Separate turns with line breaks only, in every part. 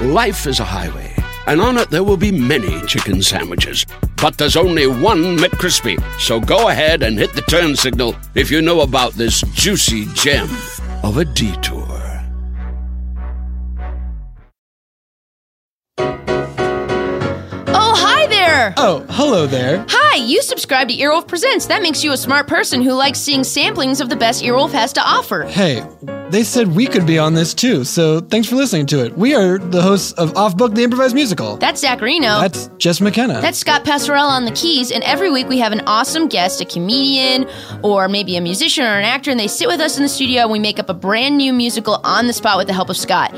Life is a highway, and on it there will be many chicken sandwiches. But there's only one McCrispy. So go ahead and hit the turn signal if you know about this juicy gem of a detour.
Oh, hi there!
Oh, hello there.
Hi, you subscribe to Earwolf Presents. That makes you a smart person who likes seeing samplings of the best Earwolf has to offer.
Hey, they said we could be on this too, so thanks for listening to it. We are the hosts of Off Book the Improvised Musical.
That's Zacharino.
That's Jess McKenna.
That's Scott Passarella on the keys, and every week we have an awesome guest, a comedian, or maybe a musician or an actor, and they sit with us in the studio and we make up a brand new musical on the spot with the help of Scott.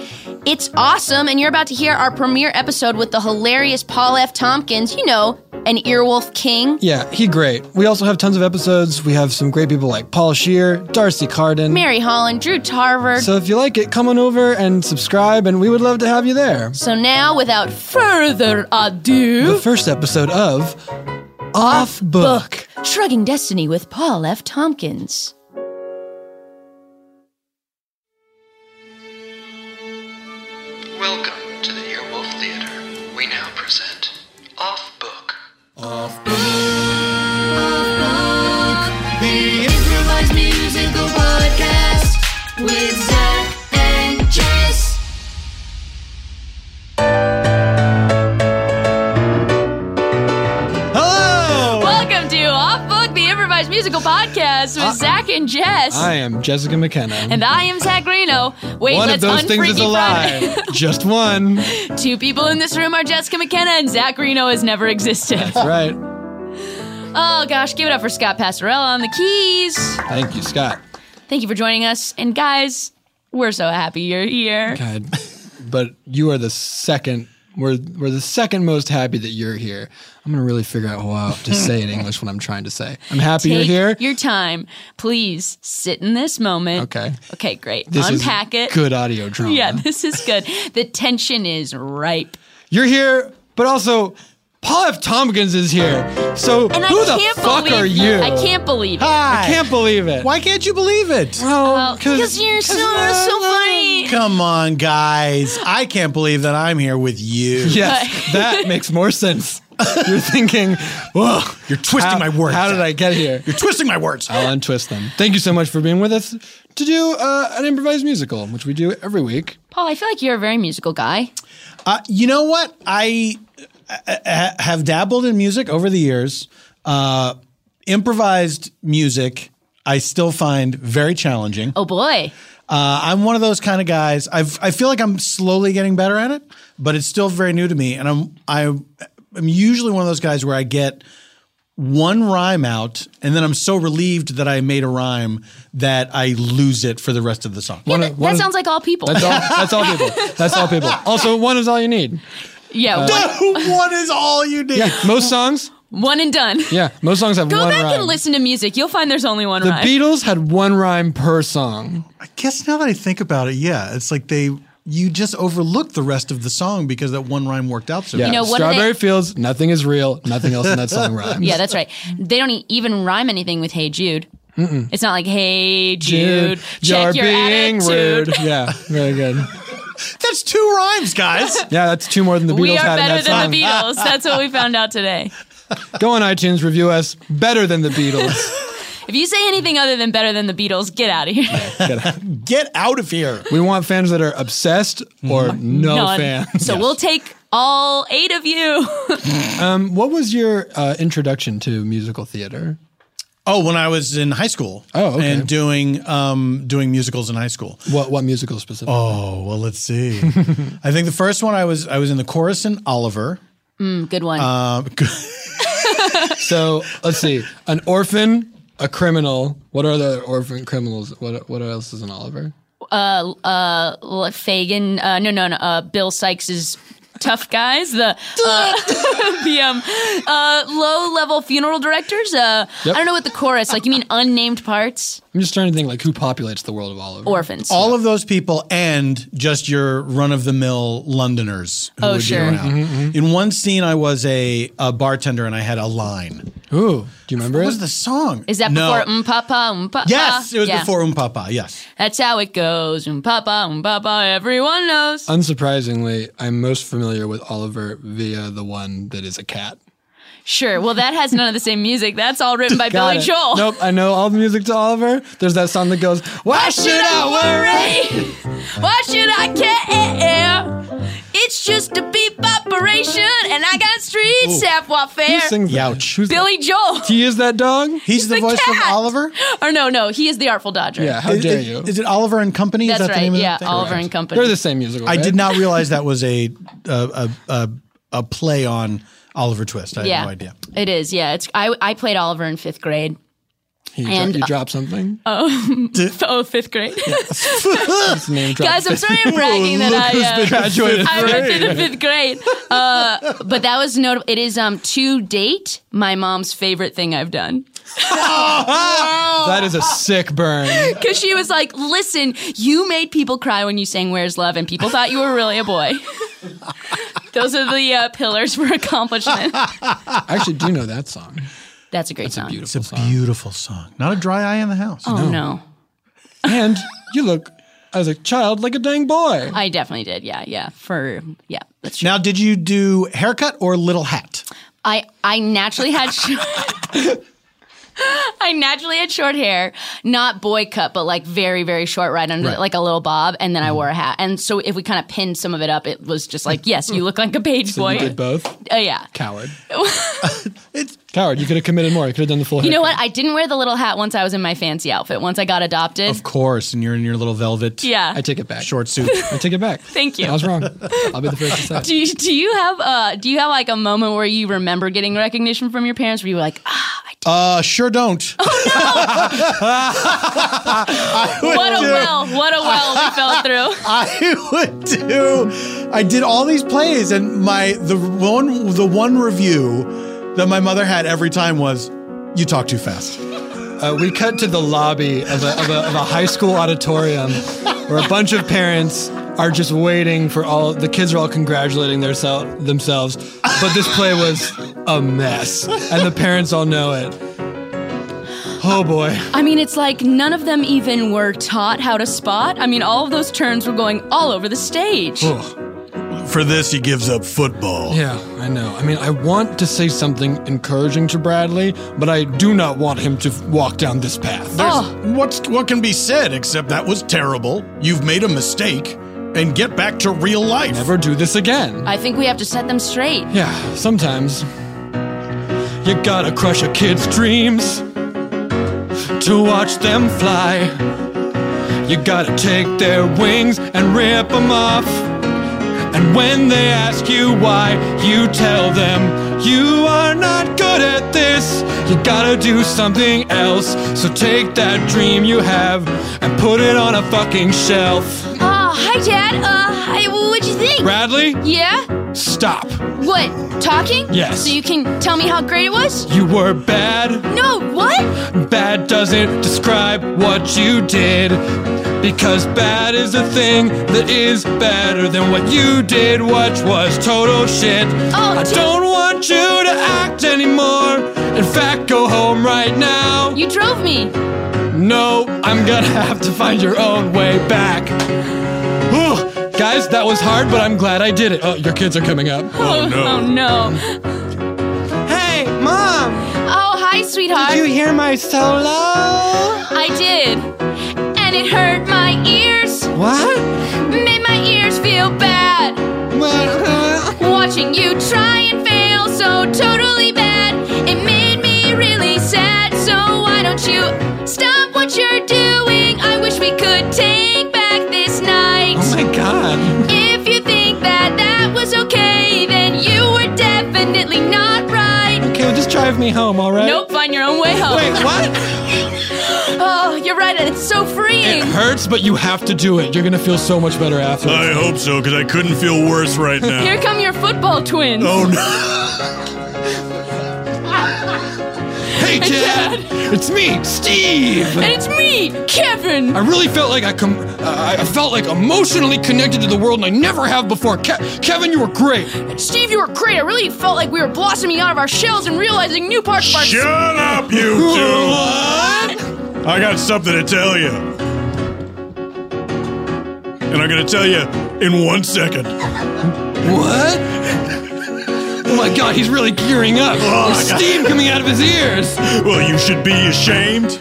It's awesome, and you're about to hear our premiere episode with the hilarious Paul F. Tompkins, you know, an earwolf king.
yeah, he great. We also have tons of episodes. We have some great people like Paul Shear, Darcy Carden.
Mary Holland, Drew Tarver. So,
So if you like it, come on over and subscribe, and we would love to have you there.
now, without further
The
ado,
first episode of Off Book.
Shrugging Destiny with Paul F. Tompkins.
Welcome to the Earwolf Theater. We now present Off Book.
The improvised musical podcast with Zach and Jess.
Hello!
Welcome to Off Book, the improvised musical podcast
Ah.
with Zach and Jess.
I am Jessica McKenna.
and I am Zach Reno. Wait,
Ah. one of
let's
those things is
unfreaky
a lie.
Friday.
Just one.
Two people in this room are Jessica McKenna and Zach Reno has never existed.
That's right.
oh gosh, give it up for Scott Passarella on the keys.
Thank you, Scott.
Thank you for joining us. And guys, we're so happy you're here.
God, but you are the second. We're we're the second most happy that you're here. I'm gonna really figure out how to say in English what I'm trying to say. I'm happy
Take
you're here.
your time. Please sit in this moment.
okay,
Okay, great.
this
Unpack
is
it.
Good audio drama.
Yeah, this is good. The tension is ripe.
you're here, but also Paul F. Tompkins is here. So
And
who
I
the
can't
fuck
believe
are you?
I can't believe it.
I can't believe it.
Why can't you believe it?
Oh,
Oh, because you're so, so funny.
Come on, guys. I can't believe that I'm here with you.
Yes, that makes more sense. You're thinking, whoa,
You're twisting
how-
my words.
How did I get here?
You're twisting my words.
I'll untwist them. Thank you so much for being with us to do uh, an improvised musical, which we do every week.
Paul, I feel like you're a very musical guy.
Uh, you know what? I, I, I have dabbled in music over the years. Uh, improvised music, I still find very challenging.
Oh boy.
Uh, I'm one of those kind of guys. I've I feel like I'm slowly getting better at it, but it's still very new to me. And I'm I, I'm usually one of those guys where I get one rhyme out, and then I'm so relieved that I made a rhyme that I lose it for the rest of the song.
One
That,
of- one
that
of-
sounds like all people.
That's all, that's all people. That's all people. Also, one is all you need.
yeah,
one is all you need.
Yeah, most songs.
one, one and done.
Yeah, most songs have
Go
one
back
rhyme.
and listen to music. You'll find there's only one
The
rhyme.
Beatles had one rhyme per song.
I guess now that I think about it, yeah, it's like they you just overlook the rest of the song because that one rhyme worked out so.
Yeah,
well.
know, what do they-
Strawberry Fields. Nothing is real. Nothing else in that song rhymes.
yeah, that's right. They don't e- even rhyme anything with "Hey Jude." It's not like "Hey Jude,
Dude,
check
you're
your
being
attitude."
rude. Yeah, very good.
That's two rhymes, guys.
Yeah, that's two more than the Beatles
We are
had in
better
that song.
than the Beatles. That's what we found out today.
Go on iTunes, review us. Better than the Beatles.
If you say anything other than better than the Beatles, get out of here.
Get out of here.
We want fans that are obsessed or no
None.
fans.
So we'll take all eight of you.
Um, what was your uh, introduction to musical theater?
Oh, when I was in high school.
Oh, okay.
And doing um doing musicals in high school.
What what musical specifically?
Oh, well, let's see. I think the first one I was I was in the chorus in Oliver.
Mm, Good one.
Um,
So let's see, an orphan, a criminal. What are the orphan criminals? What what else is an Oliver?
uh, uh, L- Fagan. Uh, no, no, no. Uh, Bill Sykes's tough guys. The uh, the um, uh, low level funeral directors. Uh,
Yep.
I don't know what the chorus. Like you mean unnamed parts?
I'm just trying to think like who populates the world of olive.
Orphans.
All of those people and just your run of the mill Londoners who
Oh,
would be
sure.
around.
Mhm,
In one scene, I was a, a bartender and I had a line.
Ooh, do you remember
what
it?
was the song?
Is that
No.
before um papa um papa?
Yes, it was
Yeah.
before Um Papa. Yes.
That's how it goes. Um papa um papa. Everyone knows.
Uh,
Unsurprisingly, I'm most familiar with Oliver via the one that is a cat.
Sure. Well, that has none of the same music. That's all written by
Got
Billy
it.
Joel.
Nope, I know all the music to Oliver. There's that song that goes, Why should I worry?
Why should I care? It's just a beep operation, and I got street staff
Who
warfare.
sings that? Who's that?
Billy Joel.
He is that dog? He's,
the, voice
cat.
of Oliver?
Or no, no, he is the Artful Dodger.
Yeah, how
Is-
dare
is-
you?
Is it Oliver and Company?
that's
is that the
right.
name of
yeah,
that thing?
Oliver and Company.
They're the same musical.
I
right?
did not realize that was a a, a, a, a play on Oliver Twist. I
yeah,
had no idea.
it is. Yeah, it's. I I played Oliver in fifth grade.
He,
and- uh,
dro- he dropped something.
Oh, fifth grade,
His name dropped.
guys! I'm sorry, I'm
Oh,
bragging that I. Uh,
graduated.
I went to the fifth grade, uh, but that was notable. It is um to date my mom's favorite thing I've done.
That is a sick burn.
Because she was like, listen, you made people cry when you sang Where's Love, and people thought you were really a boy. Those are the uh, pillars for accomplishment.
I actually do know that song.
That's a great song.
Beautiful
It's a
song.
beautiful song. Not a dry eye in the house.
oh, no.
And you look as a child like a dang boy.
I definitely did. Yeah, yeah. For, yeah, that's true.
Now, did you do haircut or little hat?
I, I naturally had. Sh- I naturally had short hair, not boy cut, but like very, very short, right under,
Right. Mm-hmm.
like a little bob, and then I wore a hat. And so, if we kind of pinned some of it up, it was just like, yes, you look like a page
So
boy.
you did both.
Uh, yeah,
Coward. Coward. You could have committed more. You could have done the full
You know what? I didn't wear the little hat once I was in my fancy outfit. Once I got adopted.
Of course, and you're in your little velvet
yeah.
I take it back.
short suit.
I take it back.
Thank you.
I was wrong. I'll be the first to say. it.
do, you- do you have uh do you have like a moment where you remember getting recognition from your parents where you were like, ah,
uh, sure don't.
Oh, what a well, what a well we fell through.
I would do. I did all these plays, and my the one the one review that my mother had every time was, "You talk too fast."
Uh, we cut to the lobby of a, of, a, of a high school auditorium where a bunch of parents are just waiting for all the kids are all congratulating their sel- themselves but this play was a mess and the parents all know it oh boy
I mean, it's like none of them even were taught how to spot. I mean, all of those terms were going all over the stage.
For this, he gives up football.
Oh, yeah i know i mean i want to say something encouraging to bradley but i do not want him to f- walk down this path
Oh.
What's what can be said except that was terrible. You've made a mistake, and get back to real life.
never do this again
I think we have to set them straight.
Yeah, sometimes you gotta crush a kid's dreams to watch them fly. You gotta take their wings and rip them off. And when they ask you why, you tell them you are not good at this. You gotta do something else. So take that dream you have and put it on a fucking shelf.
Uh, hi, Dad. Uh, hi, what'd you think?
Bradley,
yeah?
stop.
What? Talking?
Yes.
So you can tell me how great it was?
You were bad.
No, what?
Bad doesn't describe what you did. Because bad is a thing that is better than what you did, which was total shit.
Oh,
I
dude.
don't want you to act anymore. In fact, go home right now.
You drove me.
No, I'm gonna have to find your own way back. Whew. Guys, that was hard, but I'm glad I did it. Oh, your kids are coming up.
Oh no. Oh no.
Hey, mom,
Oh, hi, sweetheart.
hear my solo?
I did. And it hurt my ears.
What?
Made my ears feel bad. Watching you try and fail so totally bad. It made me really sad. So why don't you stop what you're doing? I wish we could take back this night.
Oh my god.
If you think that that was okay, then you were definitely not right.
Okay, well, just try
drive me home, all right?
Nope, find your own way home.
Wait, what?
oh, you're right, and it's so freeing.
Hurts, but you have to do it. You're gonna feel so much better after.
I hope so, because I couldn't feel worse right now.
Here come your football twins.
Oh,
Hey, Dad! It's me, Steve.
And it's me, Kevin.
I really felt like I com- uh, I I felt like emotionally connected to the world, and I never have before. Ke- Kevin, you were great.
Steve, you were great. I really felt like we were blossoming out of our shells and realizing new parts of our.
Shut up, you two! I got something to tell you. And I'm going to tell you in one second.
What? Oh my God, he's really gearing up. There's steam coming out of his ears.
Well, you should be ashamed.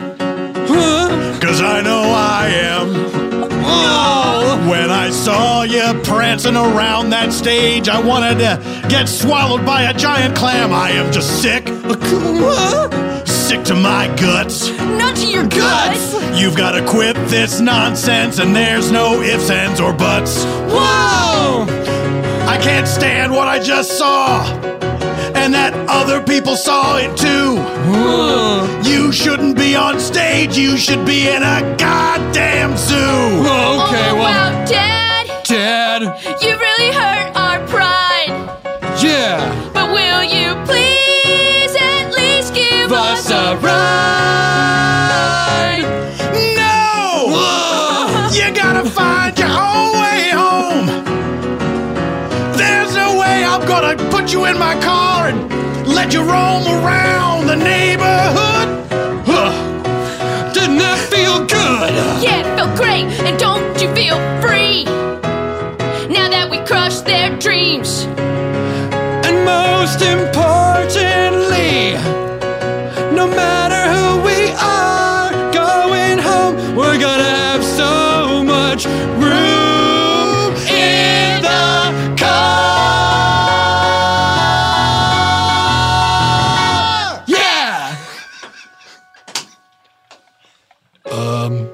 Because I know I am. When I saw you prancing around that stage, I wanted to get swallowed by a giant clam. I am just sick. Sick to my guts.
Not to your guts.
You've got to quit this nonsense, and there's no ifs, ands, or buts. Whoa! I can't stand what I just saw, and that other people saw it too. You shouldn't be on stage, you should be in a goddamn zoo.
oh, wow, Dad,
Dad.
you really hurt our pride.
Yeah.
But will you please at least give us a
ride?
No!
Oh,
You gotta find your own way home. There's no way I'm gonna put you in my car and let you roam around the neighborhood. Huh.
Didn't that feel good?
Yeah, it felt great, and don't you feel free? Now that we crushed their dreams.
And most importantly, no matter who we are going home, we're gonna have so much room in the car. Yeah. Um.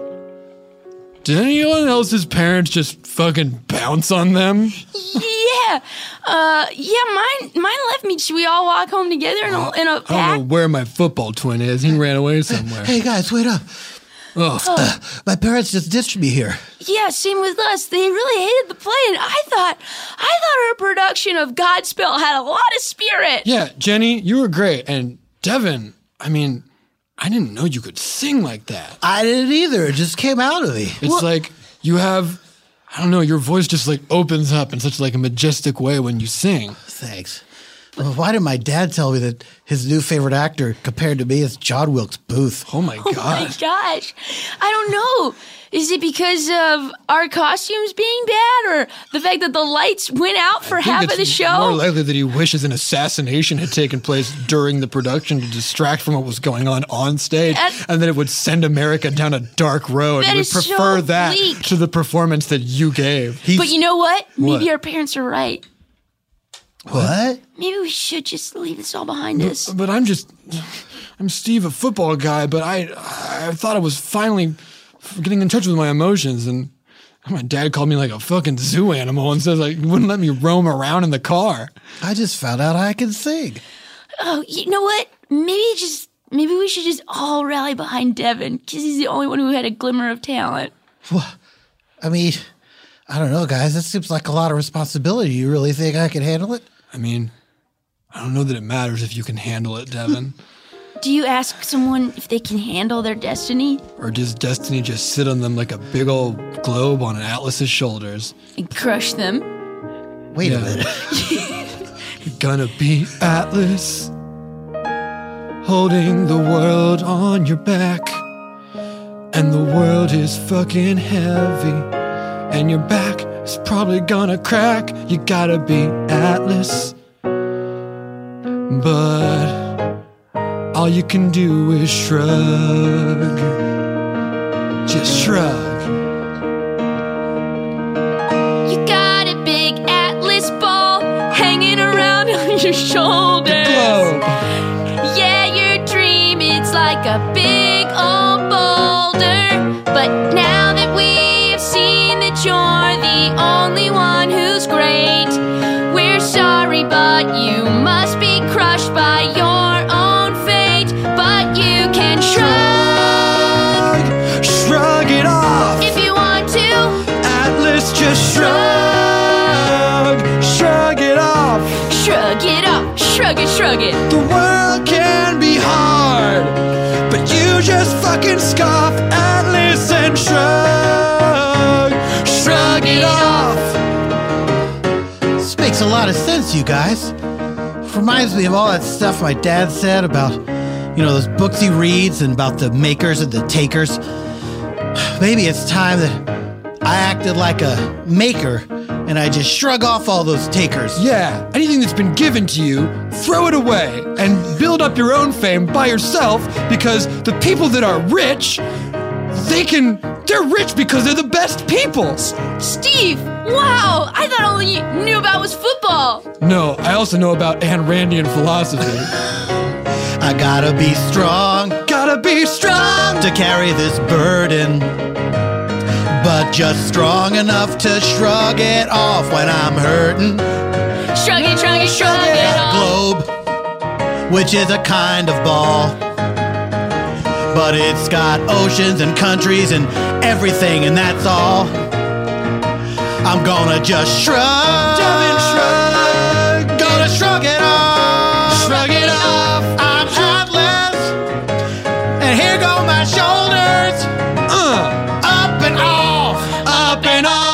Did anyone else's parents just fucking bounce on them?
Yeah, uh, yeah, mine, mine left me. Should we all walk home together in a, in a
I
pack?
don't know where my football twin is. He ran away somewhere.
Hey guys, wait up.
Oh,
Uh, my parents just ditched me here.
Yeah, same with us. They really hated the play, and I thought, I thought her production of Godspell had a lot of spirit.
yeah, Jenny, you were great. And Devin, I mean, I didn't know you could sing like that.
I didn't either. It just came out of me.
It's like you have, I don't know, your voice just like opens up in such like a majestic way when you sing.
Thanks. Well, Why did my dad tell me that his new favorite actor compared to me is John Wilkes Booth?
Oh my
Oh my gosh. I don't know. Is it because of our costumes being bad or the fact that the lights went out for
I think
half of
it's
the
More
show?
likely that he wishes an assassination had taken place during the production to distract from what was going on on stage,
That-
and that it would send America down a dark road.
That
he would
is so
prefer that
bleak.
to the performance that you gave.
but you know what? Maybe
What?
our parents are right.
What?
Maybe we should just leave this all behind us.
But I'm just, I'm Steve, a football guy. But I, I thought I was finally getting in touch with my emotions, and my dad called me like a fucking zoo animal and says like he wouldn't let me roam around in the car.
I just found out I can sing.
Oh, you know what? Maybe just maybe we should just all rally behind Devin because he's the only one who had a glimmer of talent.
I mean, I don't know, guys. That seems like a lot of responsibility. You really think I can handle it?
I mean, I don't know that it matters if you can handle it, Devin,
Do you ask someone if they can handle their destiny
or does destiny just sit on them like a big old globe on an atlas's shoulders?
and crush them?
Wait a minute.
Gonna be Atlas, holding the world on your back. And the world is fucking heavy, and your back is probably gonna crack. You gotta be Atlas. But all you can do is shrug. Just shrug.
You got a big atlas ball hanging around on your shoulders.
Globe.
Yeah, your dream it's like a big old boulder. But now that we've seen that you're the only one who's great, we're sorry, but you must be crushed by your own
Shrug it, shrug it.
The world can be hard, but you just fucking scoff at listen, shrug. Shrug it off.
This makes a lot of sense, you guys. Reminds me of all that stuff my dad said about, you know, those books he reads and about the makers and the takers. Maybe it's time that I acted like a maker and I just shrug off all those takers.
Yeah, anything that's been given to you, throw it away and build up your own fame by yourself because the people that are rich, they can, they're rich because they're the best people.
Steve, wow! I thought all you knew about was football.
No, I also know about Ayn Randian philosophy.
I gotta be strong,
gotta be strong
to carry this burden. But just strong enough to shrug it off when I'm hurting.
Shrug it, shrug it, shrug it
That
off.
globe, which is a kind of ball. But it's got oceans and countries and everything, and that's all. I'm gonna just shrug. shrug. Gonna shrug it off. Shrug it off. I'm heartless. And here go my shoulders.
Uh,
Up and off. Up and off.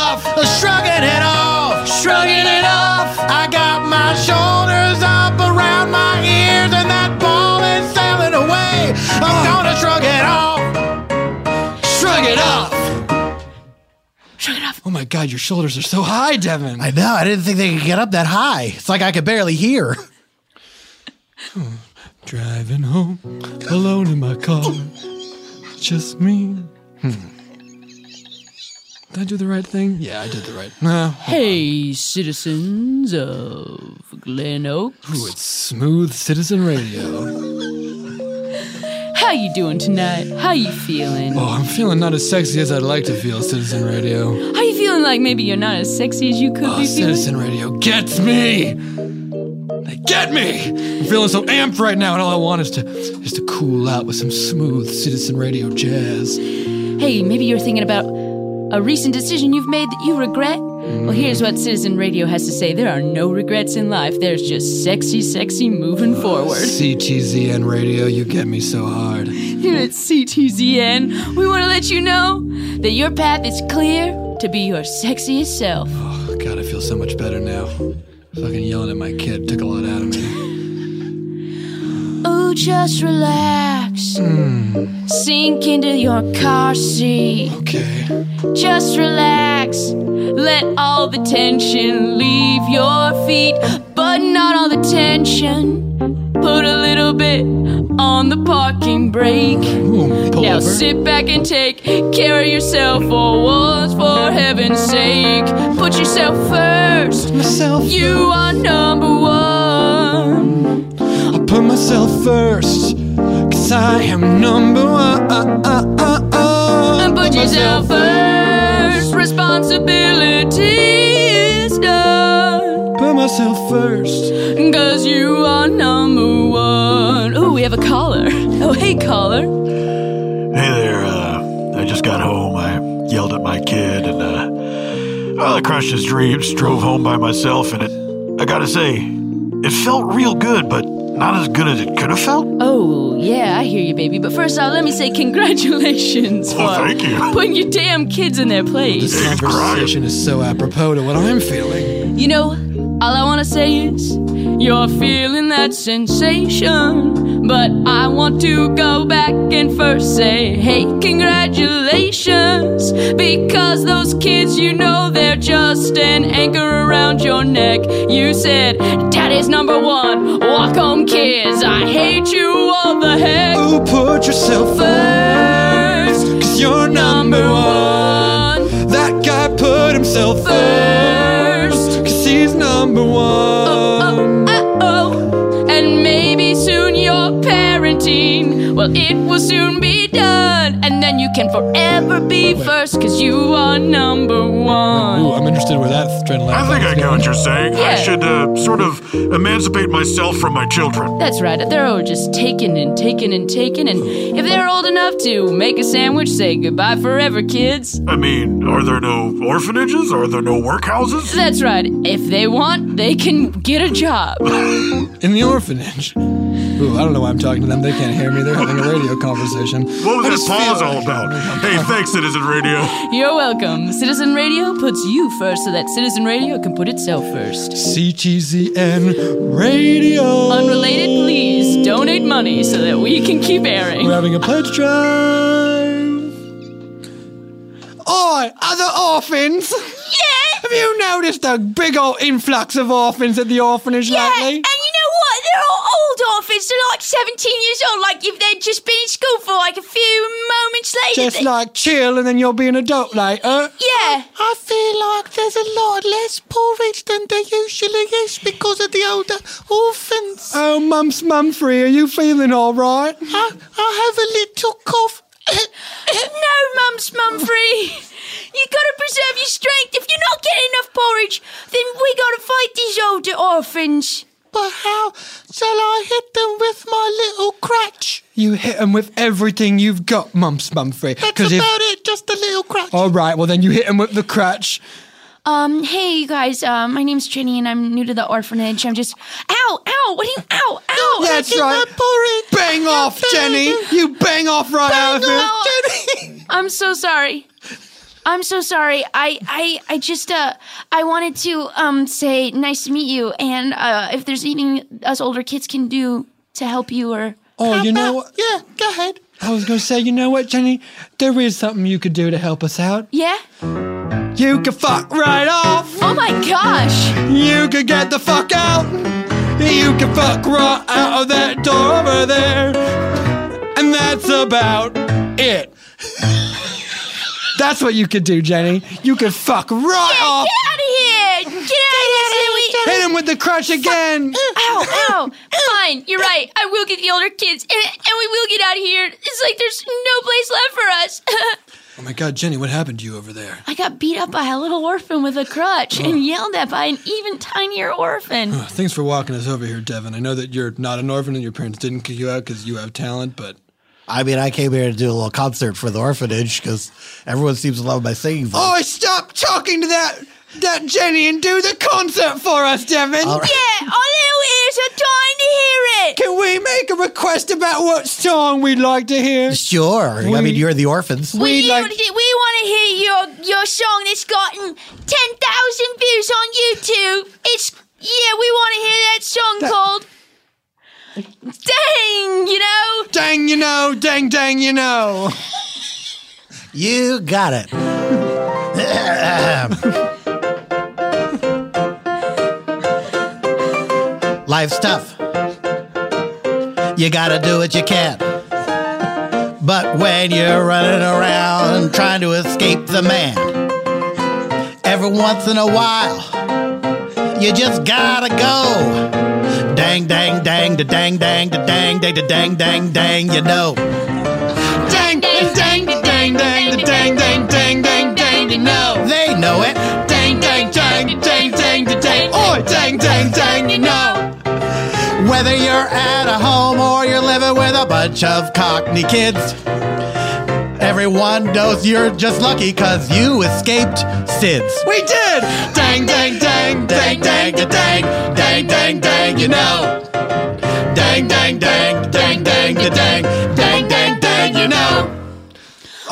Shrugging it off. Shrugging it off. I got my shoulders up around my ears and that ball is sailing away. I'm
Uh.
gonna shrug it off.
Shrug it off. Oh my god, your shoulders are so high, Devin.
I know. I didn't think they could get up that high. It's like I could barely hear.
Driving home alone in my car. Just me. Hmm. Did I do the right thing? Yeah, I did the right. No.
Hey, citizens of Glen Oaks.
Ooh, it's smooth citizen radio.
How you doing tonight? How you feeling?
Oh, I'm feeling not as sexy as I'd like to feel, citizen radio.
How you feeling like maybe you're not as sexy as you could
Oh,
be feeling?
citizen radio gets me. They get me. I'm feeling so amped right now, and all I want is to is to cool out with some smooth citizen radio jazz.
Hey, maybe you're thinking about a recent decision you've made that you regret? Well, here's what Citizen Radio has to say. There are no regrets in life. There's just sexy, sexy moving forward.
CTZN radio, you get me so hard.
Here at CTZN, we want to let you know that your path is clear to be your sexiest self.
Oh, God, I feel so much better now. Fucking yelling at my kid took a lot out of me.
Oh, just relax. Sink into your car seat.
Okay.
Just relax. Let all the tension leave your feet, but not all the tension. Put a little bit on the parking brake.
pull
now
over.
sit back and take care of yourself for once, for heaven's sake. Put yourself first.
Myself.
You are number one.
I put myself first, cause I am number one.
And put yourself first. Responsibility is done.
Put myself first.
Cause you are number one. Ooh, we have a caller. Oh, hey, caller.
Hey there, uh, I just got home. I yelled at my kid and, uh, well, I crushed his dreams, drove home by myself, and it, I gotta say, it felt real good, but not as good as it could have felt.
Oh, yeah, I hear you, baby. But first off, let me say congratulations
Oh,
for
Well, thank you.
putting your damn kids in their place.
This conversation is so apropos to what I'm feeling.
You know, all I want to say is you're feeling that sensation. But I want to go back and first say, hey, congratulations. Because those kids, you know, they're just an anchor around your neck. You said, Daddy's number one, walk home, kids. I hate you all the heck.
Oh, put yourself
First,
cause you're number one. That guy put himself
first.
cause he's number one.
Uh-oh. And maybe soon your parenting, well, it will soon be done. And then you can
forever be first, cause you are number one.
Ooh, I'm interested where that trend lands.
I think I get what you're saying. I
Yeah.
should uh, sort of emancipate myself from my children.
That's right. They're all just taken and taken and taken, and if they're old enough to make a sandwich, say goodbye forever, kids.
I mean, are there no orphanages? Are there no workhouses?
That's right. If they want, they can get a job.
In the orphanage. Ooh, I don't know why I'm talking to them. They can't hear me. They're having a radio conversation.
What was that pause all about? Hey, thanks, Citizen Radio.
You're welcome. Citizen Radio puts you first so that Citizen Radio can put itself first.
CTZN Radio.
Unrelated, please donate money so that we can keep airing.
We're having a pledge drive. Oi, other orphans! Yeah! Have you noticed a big old influx of orphans at the orphanage lately?
And you know what? They're all old orphans. They're like 17 years old. Like if they'd just been in school for like a few moments later.
Just
they-
like chill and then you'll be an adult later.
Yeah.
I feel like there's a lot less porridge than there usually is because of the older orphans.
Oh, Mumps Mumfrey, are you feeling all right?
I, I have a little cough.
no, Mums Mumfrey. You gotta preserve your strength. If you're not getting enough porridge, then we gotta fight these older orphans.
But how shall I hit them with my little crutch?
You hit them with everything you've got, Mumps Mumfrey.
That's
'cause
about
if-
it, just a little crutch.
All right, well then you hit them with the crutch.
Um, hey you guys, uh, my name's Trini and I'm new to the orphanage. I'm just ow, ow, what do you ow, ow
That's right. Bang off, Jenny. You bang off right out of here.
I'm so sorry. I'm so sorry. I, I I just uh I wanted to um say nice to meet you and uh if there's anything us older kids can do to help you or
Oh, you know what?
Yeah, go ahead.
I was going to say, you know what, Jenny? There is something you could do to help us out.
Yeah?
You could fuck right off.
Oh my gosh.
You could get the fuck out. You could fuck right out of that door over there. And that's about it. that's what you could do, Jenny. You could fuck right off.
Get out of here! Get out of here, silly!
Hit him with the crutch again.
Ow, ow! Fine, you're right. I will get the older kids, and, and we will get out of here. It's like there's no place left for us.
Oh my god, Jenny, what happened to you over there?
I got beat up by a little orphan with a crutch and yelled at by an even tinier orphan.
Oh, Thanks for walking us over here, Devin. I know that you're not an orphan and your parents didn't kick you out because you have talent, but
I mean, I came here to do a little concert for the orphanage because everyone seems to love my singing voice.
Oh, stop talking to that that Jenny and do the concert for us, Devin.
All right.
Yeah, our little ears are dying to hear it. Can we make a request about what song we'd like to hear?
Sure. I mean, you're the orphans.
we we want to hear your your song that's gotten ten thousand views on YouTube. It's yeah, we want to hear that song called "Dang," you know.
Dang, you know, dang, dang, you know.
You got it. Life's tough. You gotta do what you can. But when you're running around trying to escape the man, every once in a while, you just gotta go. Dang, dang, dang, da dang, dang, da dang, dang, da dang, dang, dang, you know.
Dang, dang, dang, da dang, dang, da dang, dang, dang, dang, dang, you know.
They know it.
Dang, dang, dang, dang, dang, da dang, oh, dang, dang, dang, you know.
Whether you're at a home or you're living with a bunch of cockney kids, everyone knows you're just lucky because you escaped SIDS.
We did! Dang, dang, dang, dang, dang, da dang, dang, dang, dang, you know. Dang, dang, dang, dang, dang, da dang, dang, dang, dang, you know.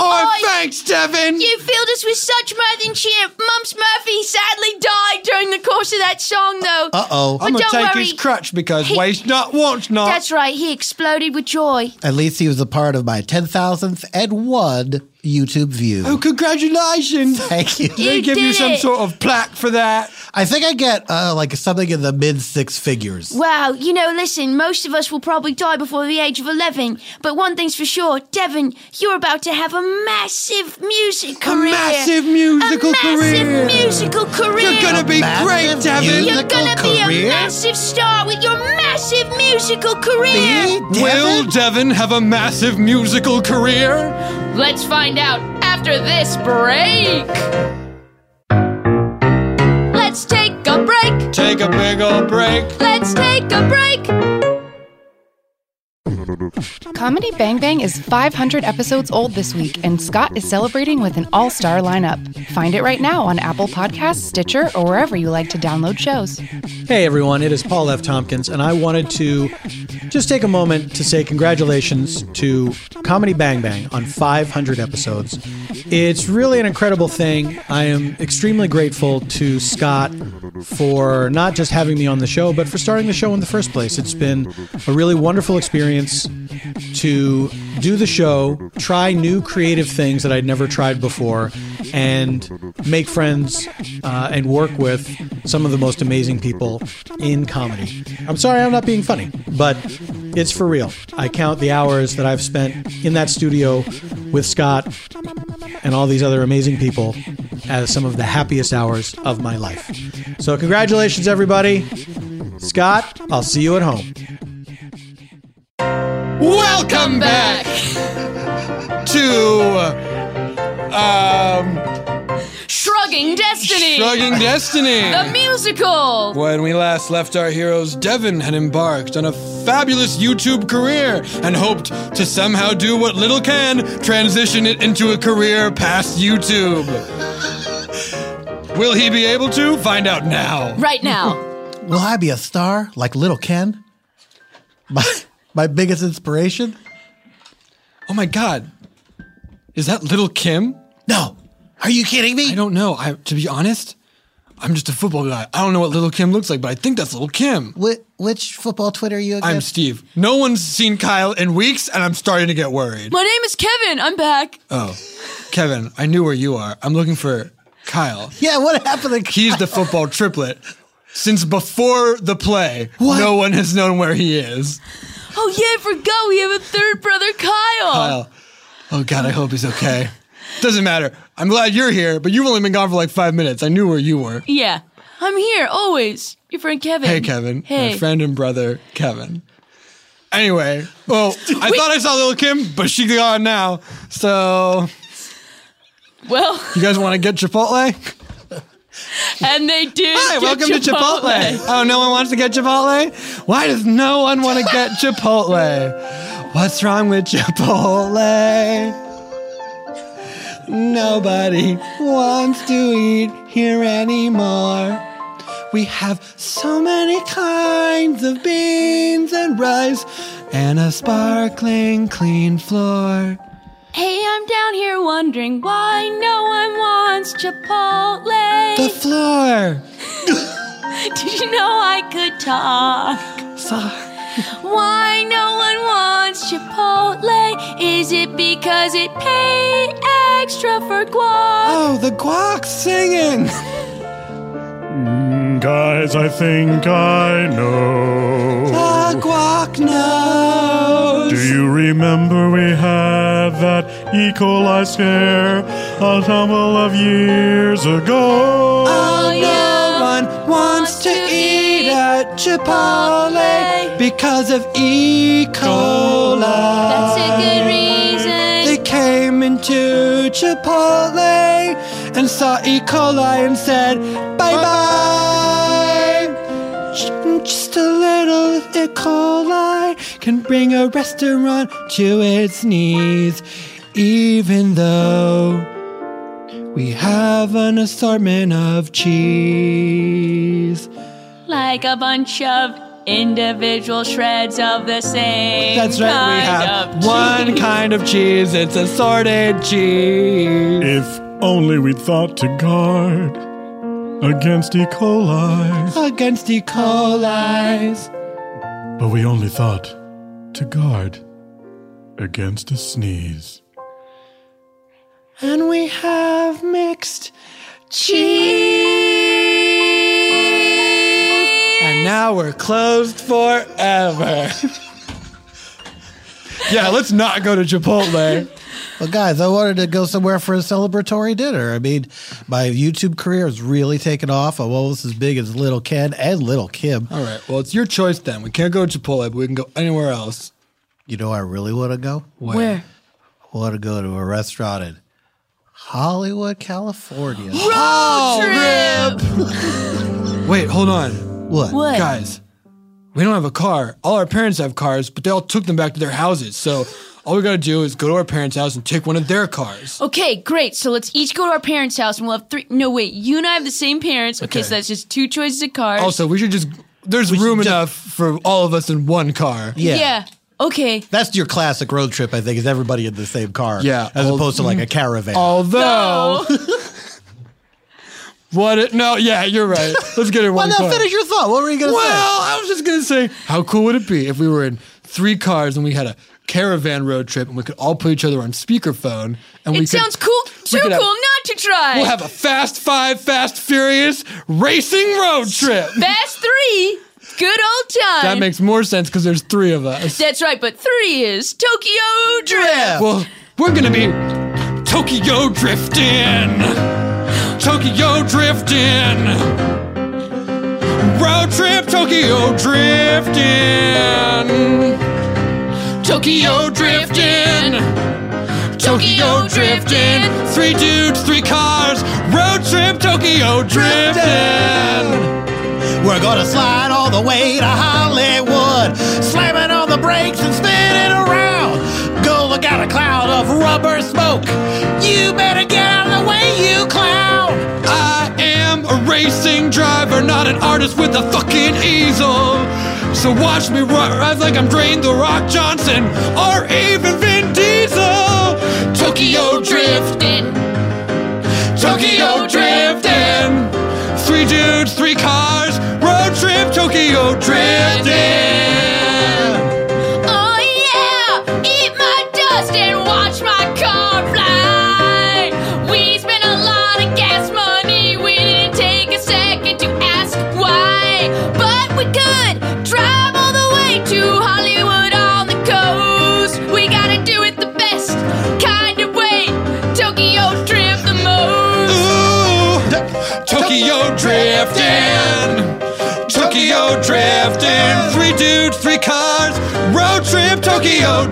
Oh, thanks, Devin.
You filled us with such mirth and cheer. Mumps Murphy sadly died during the course of that song, though.
Uh-uh.
But
I'm gonna
don't
take
worry.
his crutch because waste not, wants not.
That's right, he exploded with joy.
At least he was a part of my 10,000th and one YouTube view.
Oh, congratulations!
Thank you.
They give you some sort of plaque for that. I think I get uh, like something in the mid six figures.
Well, you know, listen, most of us will probably die before the age of 11, but one thing's for sure, Devin, you're about to have a massive music career.
massive musical
a massive
career.
musical career.
You're gonna be A great, massive Devin.
You're gonna
musical
be a
career?
massive star with your massive musical career.
Will Devin have a massive musical career?
Let's find out after this break. Let's take a break.
Take a big old break.
Let's take a break.
Comedy Bang Bang is 500 episodes old this week, and Scott is celebrating with an all star lineup. Find it right now on Apple Podcasts, Stitcher, or wherever you like to download shows.
Hey everyone, it is Paul F. Tompkins, and I wanted to just take a moment to say congratulations to Comedy Bang Bang on 500 episodes. It's really an incredible thing. I am extremely grateful to Scott for not just having me on the show, but for starting the show in the first place. It's been a really wonderful experience to do the show, try new creative things that I'd never tried before, and make friends uh, and work with some of the most amazing people in comedy. I'm sorry I'm not being funny, but it's for real. I count the hours that I've spent in that studio with Scott and all these other amazing people as some of the happiest hours of my life. So, congratulations, everybody. Scott, I'll see you at home.
Welcome back to um,
Shrugging Destiny.
Shrugging Destiny.
The musical.
When we last left our heroes, Devin had embarked on a fabulous YouTube career and hoped to somehow do what little can transition it into a career past YouTube. Will he be able to? Find out now.
Right now.
Will I be a star like Little Ken? My, my biggest inspiration?
Oh my God. Is that Little Kim?
No. Are you kidding me?
I don't know. I to be honest, I'm just a football guy. I don't know what Little Kim looks like, but I think that's Little Kim.
which football Twitter are you again?
I'm Steve. No one's seen Kyle in weeks, and I'm starting to get worried.
My name is Kevin. I'm back.
Oh, Kevin, I knew where you are. I'm looking for Kyle.
Yeah, what happened to
He's the football triplet. Since before the play, no one has known where he is.
Oh, yeah, I forgot we have a third brother, Kyle.
Kyle. Oh, God, I hope he's okay. Doesn't matter. I'm glad you're here, but you've only been gone for like five minutes. I knew where you were.
Yeah. I'm here always. Your friend Kevin.
Hey, Kevin.
Hey.
My friend and brother, Kevin. Anyway, well, I
Wait.
thought I saw little Kim, but she's gone now. So,
Well,
you guys want to get Chipotle?
and they did.
Hi,
get
welcome to Chipotle.
Chipotle.
Oh, no one wants to get Chipotle? Why does no one want to get Chipotle? What's wrong with Chipotle? Nobody wants to eat here anymore. We have so many kinds of beans and rice and a sparkling clean floor.
Hey, I'm down here wondering why no one wants Chipotle.
The floor.
Did you know I could talk? Why no one wants Chipotle? Is it because it paid extra for guac?
Oh, the guac's singing.
Mm, Guys, I think I know.
The guac knows.
Do you remember we had that E. coli scare a couple of years ago?
Oh, no one wants to eat at Chipotle because of E. coli.
That's a good reason.
They came into Chipotle and saw E. coli and said, bye bye. Just a little E. coli can bring a restaurant to its knees, even though. We have an assortment of cheese.
Like a bunch of individual shreds of the same.
That's right, we
kind
have
of
one
cheese.
kind of cheese. It's assorted cheese.
If only we'd thought to guard against E. coli,
Against E. coli's.
but we only thought to guard against a sneeze.
And we have mixed cheese. now we're closed forever. yeah, let's not go to Chipotle.
Well, guys, I wanted to go somewhere for a celebratory dinner. I mean, my YouTube career has really taken off. I'm almost as big as Little Ken and Little Kim.
All right. Well, it's your choice then. We can't go to Chipotle, but we can go anywhere else.
You know, where I really want to go.
Where? Where?
I want to go to a restaurant in Hollywood, California.
Road trip.
Wait, hold on.
What?
What?
Guys, we don't have a car. All our parents have cars, but they all took them back to their houses. So all we gotta do is go to our parents' house and take one of their cars.
Okay, great. So let's each go to our parents' house and we'll have three. No, wait. You and I have the same parents. Okay,
Okay.
so that's just two choices of cars.
Also, we should just. There's room enough for all of us in one car.
yeah. Okay.
That's your classic road trip, I think, is everybody in the same car.
Yeah,
As
al-
opposed to like a caravan.
Although. what? It, no, yeah, you're right. Let's get in
Well,
one
now
car.
finish your thought. What were you going to
well,
say?
I was just gonna say, how cool would it be if we were in three cars and we had a caravan road trip and we could all put each other on speakerphone and we
It sounds cool. Too cool
could have-
not to try.
could, we'll have a Fast Five, Fast Furious racing road trip.
Fast three. Good old time.
that makes more sense because there's three of us.
That's right, but three is Tokyo Drift.
Well, we're gonna be Tokyo drifting, Tokyo drifting, road trip Tokyo drifting, Tokyo drifting, Tokyo drifting. Three dudes, three cars, road trip Tokyo drifting.
We're gonna slide all the way to Hollywood, slamming on the brakes and spinning around. Go look out a cloud of rubber smoke. You better get out of the way, you clown.
I am a racing driver, not an artist with a fucking easel. So watch me ri- ride like I'm Dwayne The Rock Johnson or even Vin Diesel. Tokyo drifting, Tokyo drifting. Three dudes, three cars, road trip, Tokyo drifting.
Oh yeah! Eat my dust and watch my car fly. We spent a lot of gas money. We didn't take a second to ask why, but we could drive all the way to Hollywood on the coast. We gotta do it the best kind of way. Tokyo drift the most.
Tokyo drifting, Tokyo drifting. Three dudes, three cars, road trip, Tokyo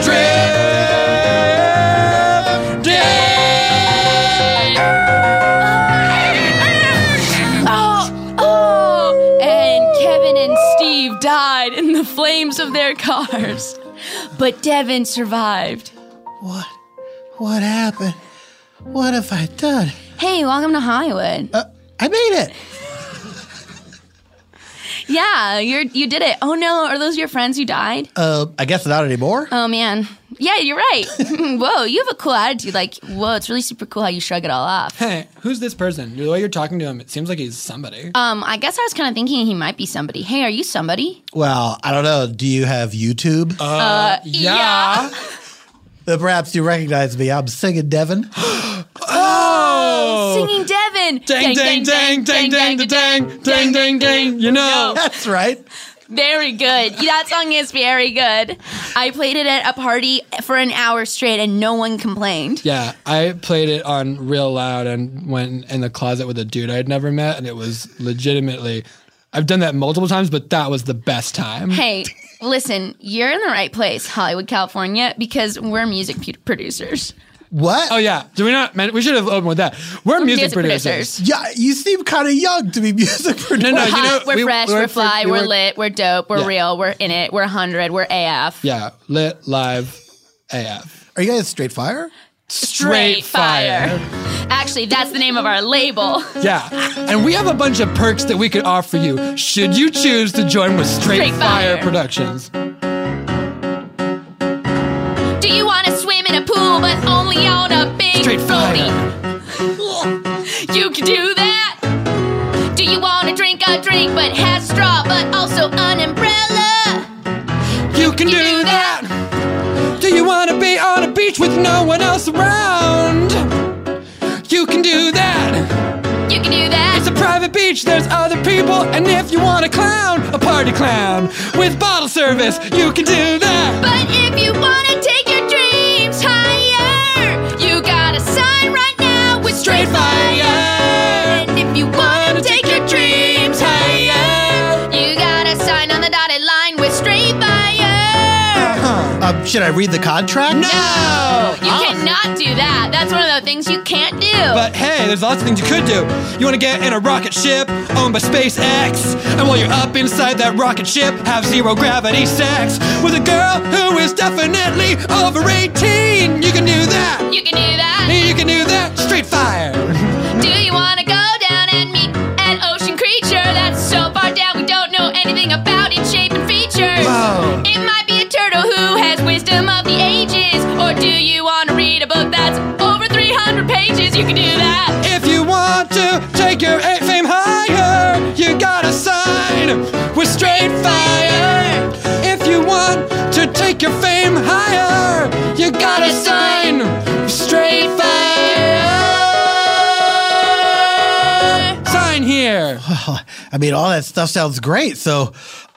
Oh, oh! And Kevin and Steve died in the flames of their cars. But Devin survived.
What? What happened? What have I done?
Hey, welcome to Hollywood.
I made it.
Yeah, you're you did it. Oh no, are those your friends who died?
Uh, I guess not anymore.
Uh,
Oh man. Yeah, you're right. whoa, you have a cool attitude. Like, whoa, it's really super cool how you shrug it all off.
Hey, who's this person? The way you're talking to him, it seems like he's somebody.
Um, I guess I was kind of thinking he might be somebody. Hey, are you somebody?
Well, I don't know. Do you have YouTube?
Uh, yeah.
Then perhaps you recognize me. I'm singing Devin.
Oh!
Singing Devin.
Dang, dang, dang, dang, dang, dang, dang, dang, dang, dang. You know.
That's right.
Very good. That song is very good. I played it at a party for an hour straight and no one complained.
Yeah, I played it on real loud and went in the closet with a dude I'd never met, and it was legitimately. I've done that multiple times, but that was the best time.
Hey, listen, you're in the right place, Hollywood, California, because we're music pu- producers.
What?
Oh yeah. Do we not? Man, we should have opened with that. We're music,
music
producers.
producers.
Yeah, you seem kind of young to be music producer.
No, no,
we're
you
hot,
know,
we're
we-
fresh,
we
we're
work for-
fly,
we
we're
work-
lit, we're dope, we're
Yeah.
real, we're in it, we're 100, we're AF.
Yeah, lit live, AF.
Are you guys straight fire?
Straight fire.
Actually, that's the name of our label.
Yeah, and we have a bunch of perks that we could offer you should you choose to join with Straight,
Straight
Fire.
Fire.
Productions.
Do you want to swim in a pool, but only on a big
Straight
floaty? You can do that. Do you want to drink a drink, but has straw, but also an umbrella?
You can do that. Do you want to be on a beach with no one else around? You can do that.
You can do that.
It's a private beach. beach, there's other people, and if you want a clown, a party clown. With bottle service, you can do that.
But if you wanna take your dreams higher, you gotta sign right now with Straight Fire. And if you wanna take your dreams higher, you gotta sign on the dotted line with Straight Fire.
Uh-huh.
Uh, should I read the contract?
No, you cannot do that. That's one of the things you can't do.
But hey, there's lots of things you could do. You want to get in a rocket ship owned by SpaceX, and while you're up inside that rocket ship, have zero gravity sex with a girl who is definitely over 18. You can do that.
you can do that.
You can do that. Straight fire.
Do you want to go down and meet an ocean creature that's so far down we don't know anything about its shape and features?
Whoa.
It might be a turtle who has wisdom of the ages. Or do you want to read a book that's over 300 pages? You can do that.
If you want to take your a- fame higher, you gotta sign with straight fire. If you want to take your fame higher, you gotta sign with straight fire. Sign here.
I mean, all that stuff sounds great. So,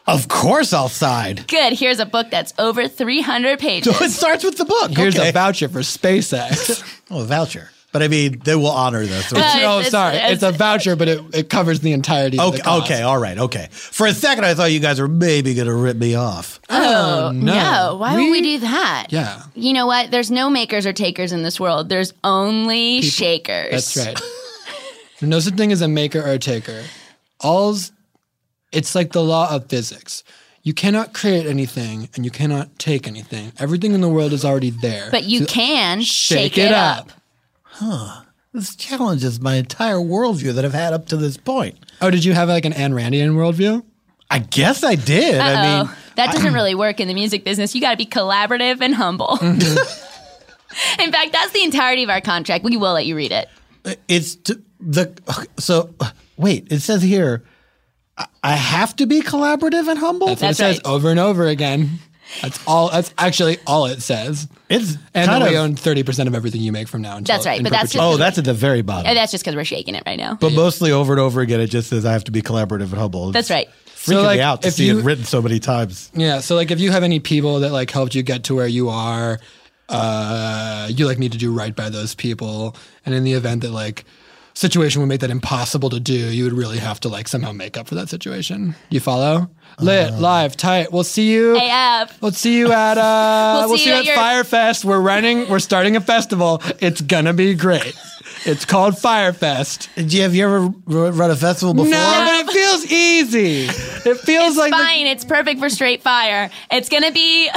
of course, I'll sign.
Good, here's a book that's over 300 pages.
it starts with the book.
Here's
okay.
a voucher for SpaceX.
oh, a voucher. But I mean, they will honor this.
It's- oh, sorry. It's, a voucher, but it, it covers the entirety of
Okay,
the cost.
okay, all right, okay. For a second, I thought you guys were maybe going to rip me off.
Oh, no. Why would we do that?
Yeah.
You know what? There's no makers or takers in this world. There's only shakers.
That's right. There's no such thing as a maker or a taker. All's it's like the law of physics. You cannot create anything and you cannot take anything. Everything in the world is already there.
But you
So
can shake, it, up.
Huh. This challenges my entire worldview that I've had up to this point.
Oh, did you have like an Anne Randian worldview?
I guess I did. I
Uh-oh.
mean,
that doesn't really work in the music business. You got to be collaborative and humble. in fact, that's the entirety of our contract. We will let you read it.
it's t- the so wait. It says here, I- I have to be collaborative and humble.
That's, what it says over and over again. That's all. That's actually all it says.
It's
and
kind
that we
of-
own thirty percent of everything you make from now until.
That's right,
in
but that's
perpetuity.
just- Oh, that's
at the very bottom.
And that's just because we're shaking it right now.
But mostly over and over again, it just says I have to be collaborative and humble.
That's right.
Oh, Freaking
So, like,
me out to
if
see
you-
it written so many times.
Yeah. So like, if you have any people that like helped you get to where you are, uh, you like need to do right by those people. And in the event that like situation would make that impossible to do, you would really have to like somehow make up for that situation. You follow? Lit, live, tight. We'll see you.
AF.
We'll see you at uh.
We'll
we'll see you at
your-
Firefest. We're running. We're starting a festival. It's gonna be great. It's called Firefest.
Did you have you ever r- run a festival before?
No, but it feels easy. It feels
It's
like the-
fine. it's perfect for straight fire. It's gonna be.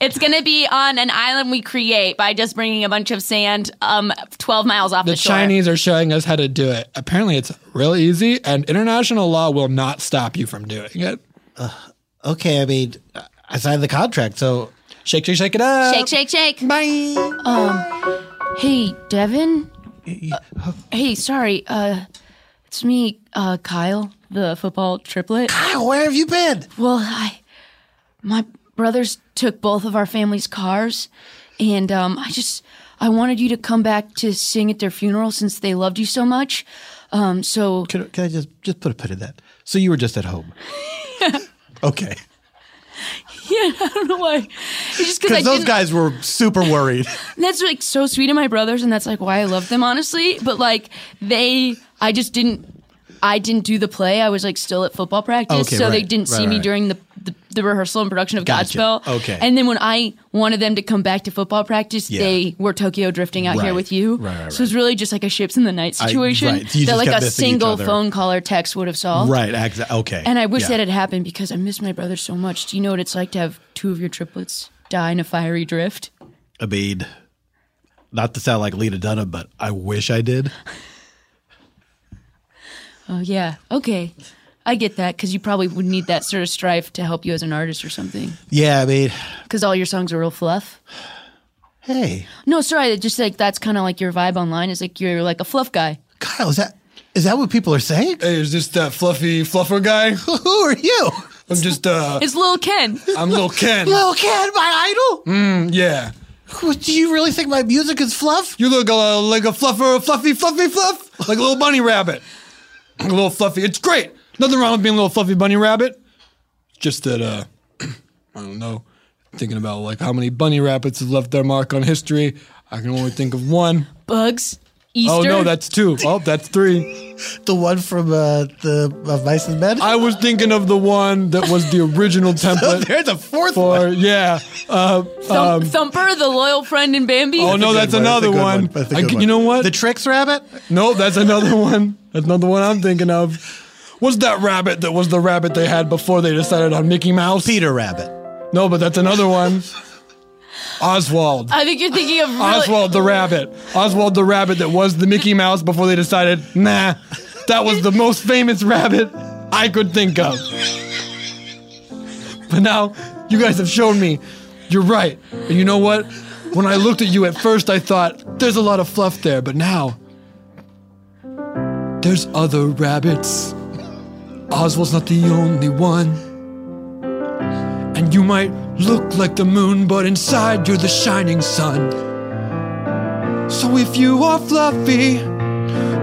It's gonna be on an island we create by just bringing a bunch of sand, um, twelve miles off the,
the
shore.
Chinese are showing us how to do it. Apparently, it's real easy, and international law will not stop you from doing it.
Okay, I mean, I signed the contract, so
shake, shake, shake it up.
Shake, shake, shake.
Bye.
Um, hey, Devin? Uh, hey, sorry, uh, it's me, uh, Kyle, the football triplet.
Kyle, where have you been?
Well, I, my brothers took both of our family's cars, and, um, I just, I wanted you to come back to sing at their funeral since they loved you so much. Um, so.
Can, can I just, just put a pin in that? So you were just at home. okay.
Yeah, I don't know why. It's just because I
Because those
didn't-
guys were super worried.
That's like so sweet of my brothers, and that's like why I love them, honestly. But like they, I just didn't, I didn't do the play. I was like still at football practice,
Okay,
so they
right,
didn't
right,
see me
right.
during the, the the rehearsal and production of
Gotcha,
Godspell.
okay.
And then when I wanted them to come back to football practice,
Yeah.
they were Tokyo drifting out here
Right,
with you.
right, right,
so it's really just like a ships in the night
I-
situation
right, you
that
just
like
kept
a
missing each
single
other.
phone call or text would have solved.
right. Exa- okay.
And I wish
Yeah.
that had happened because I miss my brother so much. Do you know what it's like to have two of your triplets die in a fiery drift?
I mean, not to sound like Lena Dunham, but I wish I did.
Oh yeah. Okay. I get that because you probably would need that sort of strife to help you as an artist or something.
Yeah, I mean,
Because all your songs are real fluff.
hey,
No, sorry. that Just like that's kind of like your vibe online. Is like you're like a fluff guy.
Kyle, is that is that what people are saying?
Hey, is this that fluffy fluffer guy?
Who are you?
I'm just uh,
It's Lil Ken.
I'm Lil Ken.
Lil Ken, my idol.
Mm, yeah,
What, do you really think my music is fluff?
you look uh, like a fluffer, fluffy, fluffy, fluff, like a little bunny rabbit. a little fluffy. It's great. Nothing wrong with being a little fluffy bunny rabbit. Just that uh, I don't know. Thinking about like how many bunny rabbits have left their mark on history. I can only think of one.
Bugs.
Easter.
Oh no, that's two. Oh, that's three.
the one from uh, the of Mice and Men.
I was thinking of the one that was the original template.
there's a fourth
for, Yeah. Uh,
Thump-
um,
Thumper, the loyal friend in Bambi.
oh no, that's another one. I g- You know what? The
tricks rabbit.
No, that's another one. That's another one I'm thinking of. What's that rabbit that was the rabbit they had before they decided on Mickey Mouse?
Peter Rabbit.
No, but that's another one. Oswald.
I think you're thinking of really-
Oswald the rabbit. Oswald the rabbit that was the Mickey Mouse before they decided, nah, that was the most famous rabbit I could think of. But now you guys have shown me you're right. And you know what? When I looked at you at first, I thought, there's a lot of fluff there, but now there's other rabbits. Oswald's not the only one. And you might look like the moon, but inside you're the shining sun. So if you are fluffy,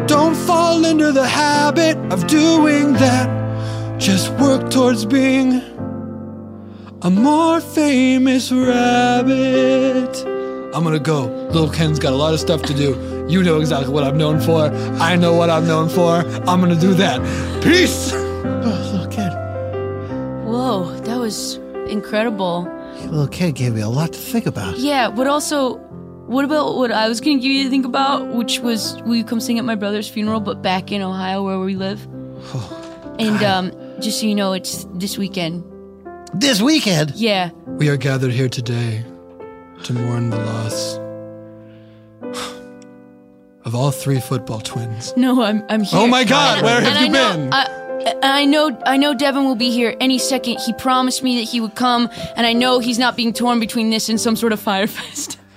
don't fall into the habit of doing that. Just work towards being a more famous rabbit. I'm gonna go. Little Ken's got a lot of stuff to do. You know exactly what I'm known for. I know what I'm known for. I'm gonna do that. Peace!
Whoa, that was incredible.
Little kid gave me a lot to think about.
Yeah, but also, what about what I was going to give you to think about, which was will you come sing at my brother's funeral, but back in Ohio where we live? and um, just so you know, it's this weekend.
This weekend?
Yeah.
We are gathered here today to mourn the loss of all three football twins.
No, I'm I'm here.
Oh my God,
And-
where
and
have
I
you
know-
been?
I, and I know I know Devin will be here any second. He promised me that he would come, and I know he's not being torn between this and some sort of fire fest.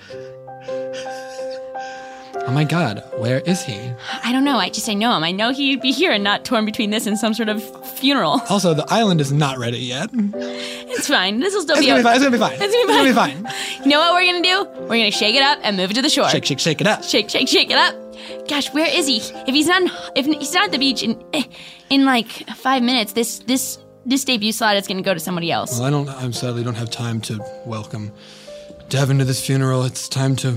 Oh my god, where is he?
I don't know. I just I know him. I know he'd be here and not torn between this and some sort of funeral.
Also, the island is not ready yet.
It's fine. This will still
It's
be,
gonna be
okay.
fine, it's gonna be fine.
It's gonna be
It's
fine.
gonna
You know what we're gonna do? We're gonna shake it up and move it to the shore.
Shake, shake, shake it up.
Shake, shake, shake it up. Gosh, where is he? If he's not, if he's not at the beach in eh, in like five minutes, this this this debut slot is gonna go to somebody else.
Well, I don't. I'm sadly don't have time to welcome Devin to this funeral. It's time to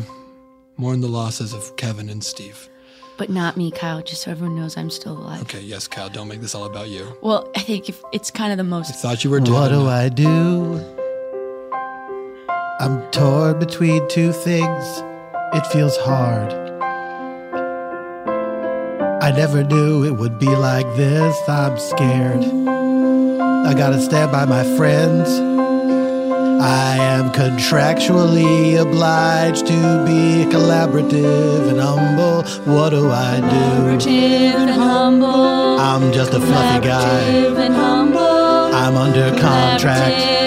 mourn the losses of Kevin and Steve.
But not me, Kyle. Just so everyone knows, I'm still alive.
Okay, yes, Kyle. Don't make this all about you.
Well, I think if it's kind of the most.
I thought you were dead.
What do I do? I'm torn between two things. It feels hard. I never knew it would be like this. I'm scared. I gotta stand by my friends. I am contractually obliged to be collaborative and humble. What do I do? I'm just a fluffy guy. I'm under contract.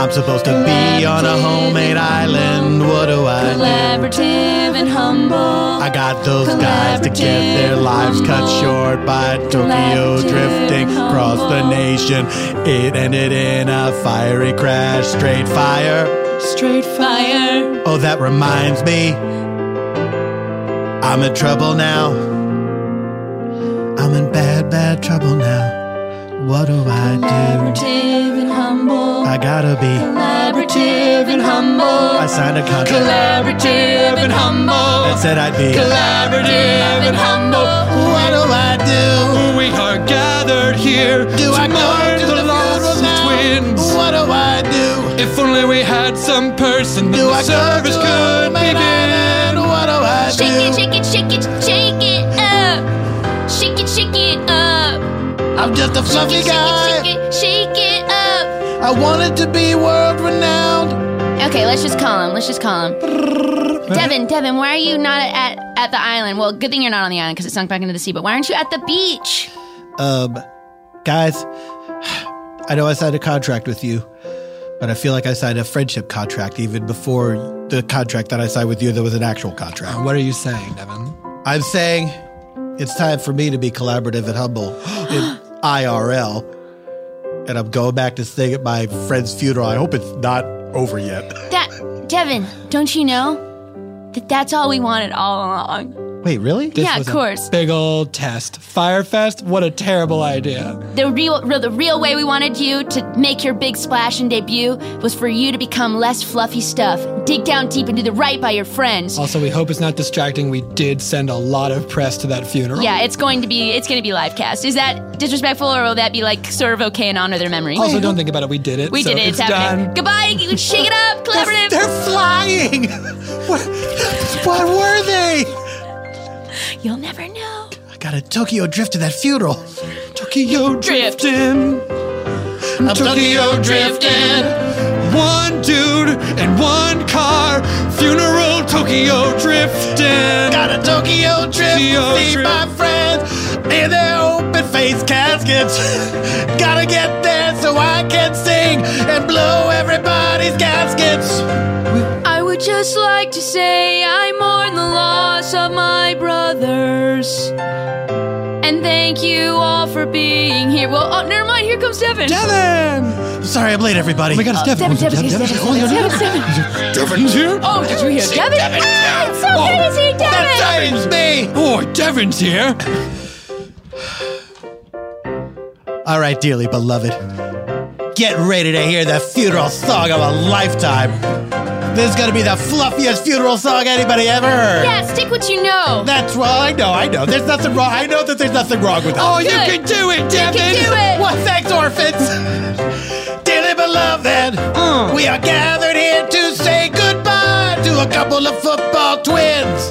I'm supposed to be on a homemade island. What do I do?
Collaborative and humble.
I got those guys to get their lives cut short by Tokyo drifting across the nation. It ended in a fiery crash, straight fire.
Straight fire.
Oh, that reminds me. I'm in trouble now. I'm in bad, bad trouble now. What do I do?
Collaborative and humble.
I gotta be.
Collaborative and humble.
I signed a contract
Collaborative and humble.
that said I'd be.
Collaborative and humble.
What do I do?
We are gathered here
Do
to
I go
mourn
to
the,
the
loss
funeral
of
now?
twins.
What do I do?
If only we had some person that
Do
the
I go
service
to
could
Omega
begin.
What do I
Shake it,
do?
shake it, shake it, shake it up. Shake it, shake it up.
I'm just a fluffy
Shake it,
guy.
shake it, shake it, shake it up.
I wanted to be world renowned.
Okay, let's just call him. Let's just call him. Devin, Devin, why are you not at, at the island? Well, good thing you're not on the island because it sunk back into the sea, but why aren't you at the beach?
Um, guys, I know I signed a contract with you, but I feel like I signed a friendship contract even before the contract that I signed with you that was an actual contract.
What are you saying, Devin?
I'm saying it's time for me to be collaborative and humble in IRL. And I'm going back to sing at my friend's funeral. I hope it's not over yet.
That Devin, don't you know that that's all we wanted all along?
Wait, really?
This Yeah, was of a course.
big old test. Firefest, what a terrible idea.
The real, real, the real way we wanted you to make your big splash and debut was for you to become less fluffy stuff. Dig down deep and do the right by your friends.
Also, we hope it's not distracting. We did send a lot of press to that funeral.
Yeah, it's going to be it's going to be live cast. Is that disrespectful, or will that be like sort of okay and honor their memory?
Also, don't think about it. We did it.
We
so
did it. It's,
It's
happening.
done.
Goodbye. you- Shake it up. Collaborative.
They're flying. What were they?
You'll never know.
I got a Tokyo drift to that funeral.
Tokyo drifting.
I'm Tokyo
drifting. One dude and one car. Funeral Tokyo drifting.
Got a Tokyo trip to see my friends in their open face caskets. Gotta get there so I can sing and blow everybody's gaskets.
I would just like to say I mourn the loss of my brothers. And thank you all for being here. Well, oh, never mind. Here comes Devin.
Devin!
Sorry, I'm late, everybody. Oh my
God, it's Devin.
Devin, Devin, Devin, Devin, Devin, Devin.
Devin's here?
Oh, did you hear
See,
Devin?
Devin's
Ah,
here.
it's so good to see Devin.
Devin's Oh, me.
Oh, Devin's here.
Oh, All right, dearly beloved. Get ready to hear the funeral song of a lifetime. This is gonna be the fluffiest funeral song anybody ever heard.
Yeah, stick what you know.
That's well, I know, I know. There's nothing wrong. I know that there's nothing wrong with that.
Oh, you Good. can do it, You can Devin. do it.
Well, thanks, orphans. Dearly beloved,
Mm.
we are gathered here to say goodbye to a couple of football twins.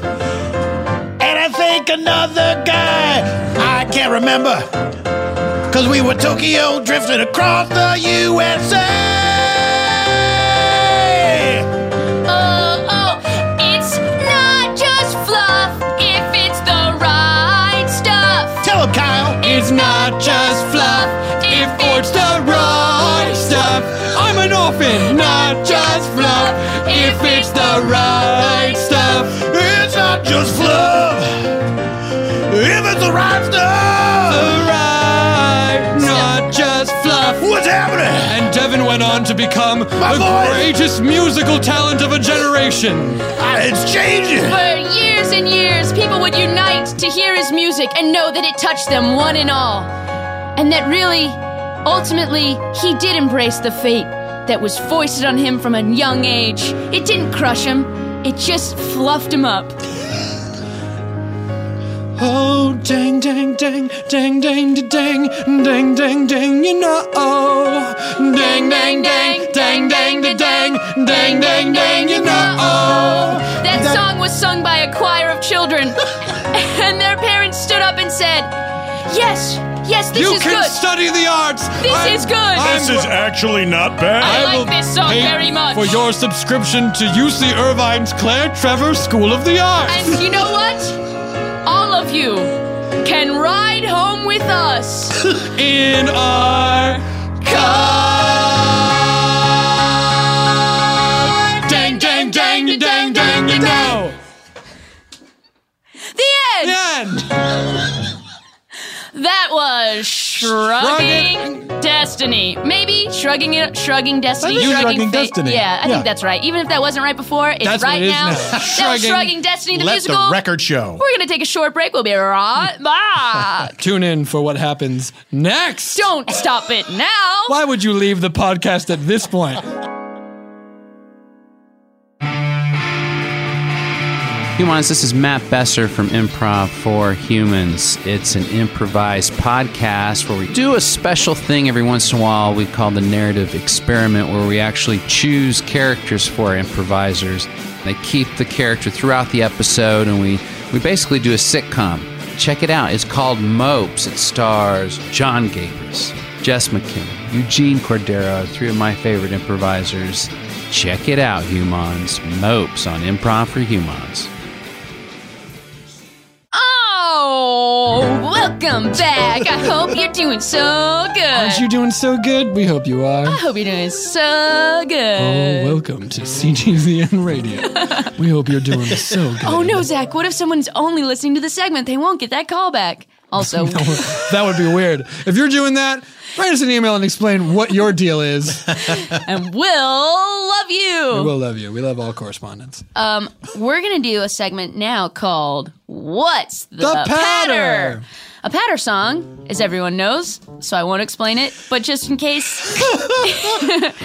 And I think another guy, I can't remember. Because we were Tokyo drifting across the USA.
Oh, oh, it's not just fluff if it's the right stuff.
Tell him, Kyle.
It's not just fluff. If it's the right stuff. I'm an orphan, not just fluff. If it's the right stuff.
It's not just fluff. If it's the right stuff.
not just fluff.
What's happening?
And Devin went on to become
My
the
voice.
greatest musical talent of a generation.
It's
For years and years, people would unite to hear his music and know that it touched them one and all. And that really, ultimately, he did embrace the fate that was foisted on him from a young age. It didn't crush him, it just fluffed him up.
Oh, dang, dang, dang, dang, dang, da- dang, dang, dang, dang, you know. Dang, dang, dang, dang, dang, da- dang, dang, dang, dang, you know.
That song was sung by a choir of children, and their parents stood up and said, Yes, yes, this
You
is
can
good.
study the arts.
This
I'm-
is good.
This is actually not bad.
I like this song
pay
very much.
For your subscription to UC Irvine's Claire Trevor School of the Arts.
And you know what? All of you can ride home with us
in our car. Dang, dang, dang, dang, dang, dang, you know.
The end. That was shrugging, destiny. Maybe shrugging it, shrugging destiny,
think
shrugging,
Shrugging
fate.
Destiny.
Yeah, I
Yeah.
think that's right. Even if that wasn't right before, it's
That's what
right
it is
now.
now.
That was
Shrugging.
shrugging destiny, the
Let the
musical.
record show.
We're gonna take a short break. We'll be right back.
uh, Tune in for what happens next.
Don't stop it now.
Why would you leave the podcast at this point?
Hey, Humans, this is Matt Besser from Improv for Humans. It's an improvised podcast where we do a special thing every once in a while we call the narrative experiment, where we actually choose characters for our improvisers. They keep the character throughout the episode, and we, we basically do a sitcom. Check it out. It's called Mopes. It stars John Gabers, Jess McKim, Eugene Cordero, three of my favorite improvisers. Check it out, Humans. Mopes on Improv for Humans.
Oh, welcome back. I hope you're doing so good.
Aren't you doing so good? We hope you
I
are.
hope you're doing so
Oh,
good.
welcome to CGZN Radio. we hope you're doing so good.
Oh no, Zach, what if someone's only listening to the segment? They won't get that call back. Also,
That would be weird. If you're doing that, write us an email and explain what your deal is.
and we'll love you. Uh,
We will love you. We love all correspondence.
Um, we're gonna do a segment now called What's the,
The patter?
A uh, patter song, as everyone knows, so I won't explain it, but just in case.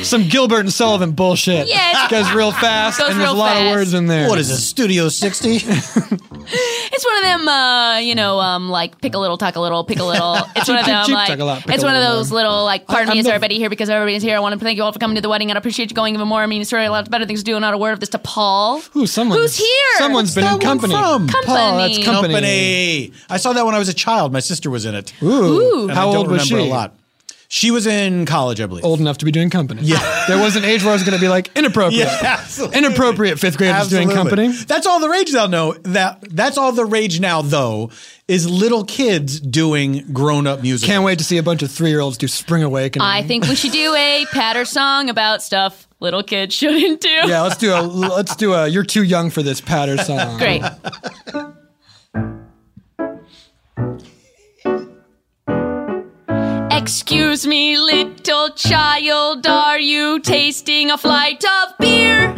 Some Gilbert and Sullivan bullshit.
Yeah, it's-
goes real fast,
Goes
and there's a
real
lot of
fast.
words in there.
What is
this, Studio 60?
It's one of them, uh, you know, um, like pick a little, talk a little, pick a little. It's one of
Cheep,
them,
cheep,
like
talk a lot, pick
it's
a
one of
little
those little, like, pardon
I-
me,
I'm
is
the-
everybody here because everybody's here. I want to thank you all for coming to the wedding. and I appreciate you going even more. I mean, it's really a lot better things to do. Not a word of this to Paul.
Who? Someone.
Who's here?
Someone's been in company.
Company.
Paul, that's company. I saw that when I was a child. My sister was in it.
Ooh.
And
How
I don't
old was
remember
she?
A lot. She was in college, I believe.
Old enough to be doing company. Yeah. there was an age where I was going to be like, inappropriate.
Yeah, absolutely.
Inappropriate fifth graders doing
Absolutely.
company.
That's all the rage now. No, that that's all the rage now. Though is little kids doing grown up music.
Can't wait to see a bunch of three year olds do Spring Awakening.
I think we should do a patter song about stuff little kids shouldn't do.
yeah, let's do a let's do a you're too young for this patter song.
Great. Excuse me, little child, are you tasting a flight of beer?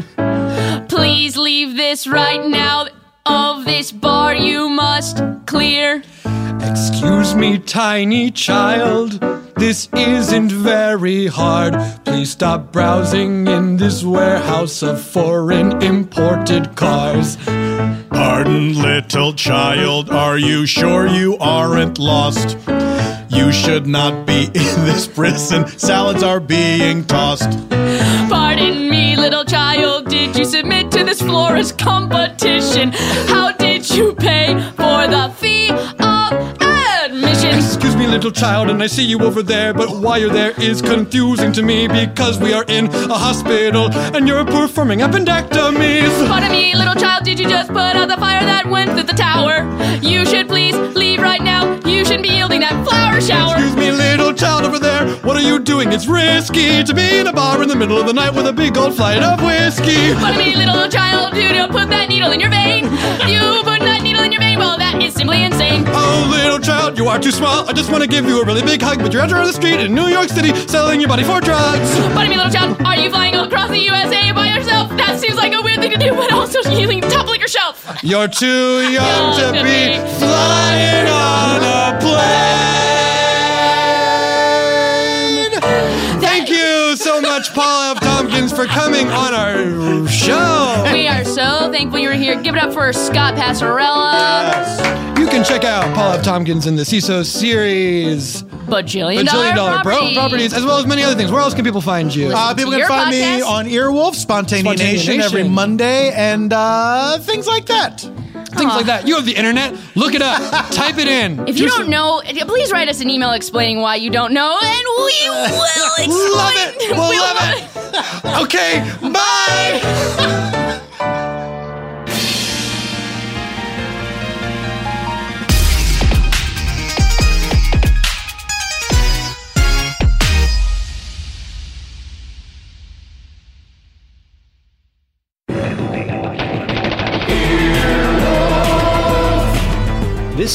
Please leave this right now. Of this bar, you must clear.
Excuse me, tiny child. This isn't very hard. Please stop browsing in this warehouse of foreign imported cars.
Pardon, little child, are you sure you aren't lost? You should not be in this prison. Salads are being tossed.
Pardon me, little child, did you submit to this florist competition? How did you pay for the fee of admission?
Excuse me, little child, and I see you over there, but why you're there is confusing to me because we are in a hospital and you're performing appendectomies.
Pardon me, little child, did you just put out the fire that went through the tower? You should please leave right now. You shouldn't be yielding that flower shower.
Excuse me, little child over there, what are you doing? It's risky to be in a bar in the middle of the night with a big old flight of whiskey.
Pardon me, little child, you don't put that needle in your vein. You put that needle in your vein, well, that is simply insane.
Oh, little child, you are too small. I just want to give you a really big hug, but you're out on the street in New York City selling your body for drugs.
Pardon me, little child, are you flying across the USA by yourself? That seems like a weird thing to do, but also yielding top liquor shelf.
You're too young to be flying on a plane. Thank you so much, Paul F. Tompkins, for coming on our show.
We are so thankful you were here. Give it up for Scott Passarella.
You can check out Paul F. Tompkins in the CISO series.
Bajillion,
Bajillion
dollar,
dollar bro-
properties.
properties, as well as many other things. Where else can people find you?
Uh, people can find me on Earwolf, Spontaneation,
Spontaneation.
every Monday, and uh, things like that.
Things like that. You have the internet. Look it up. Type it in.
If you
Do
don't know, please write us an email explaining why you don't know, and we will explain.
Love it. We'll love
it.
okay, bye.
This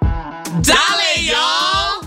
Dale, y'all!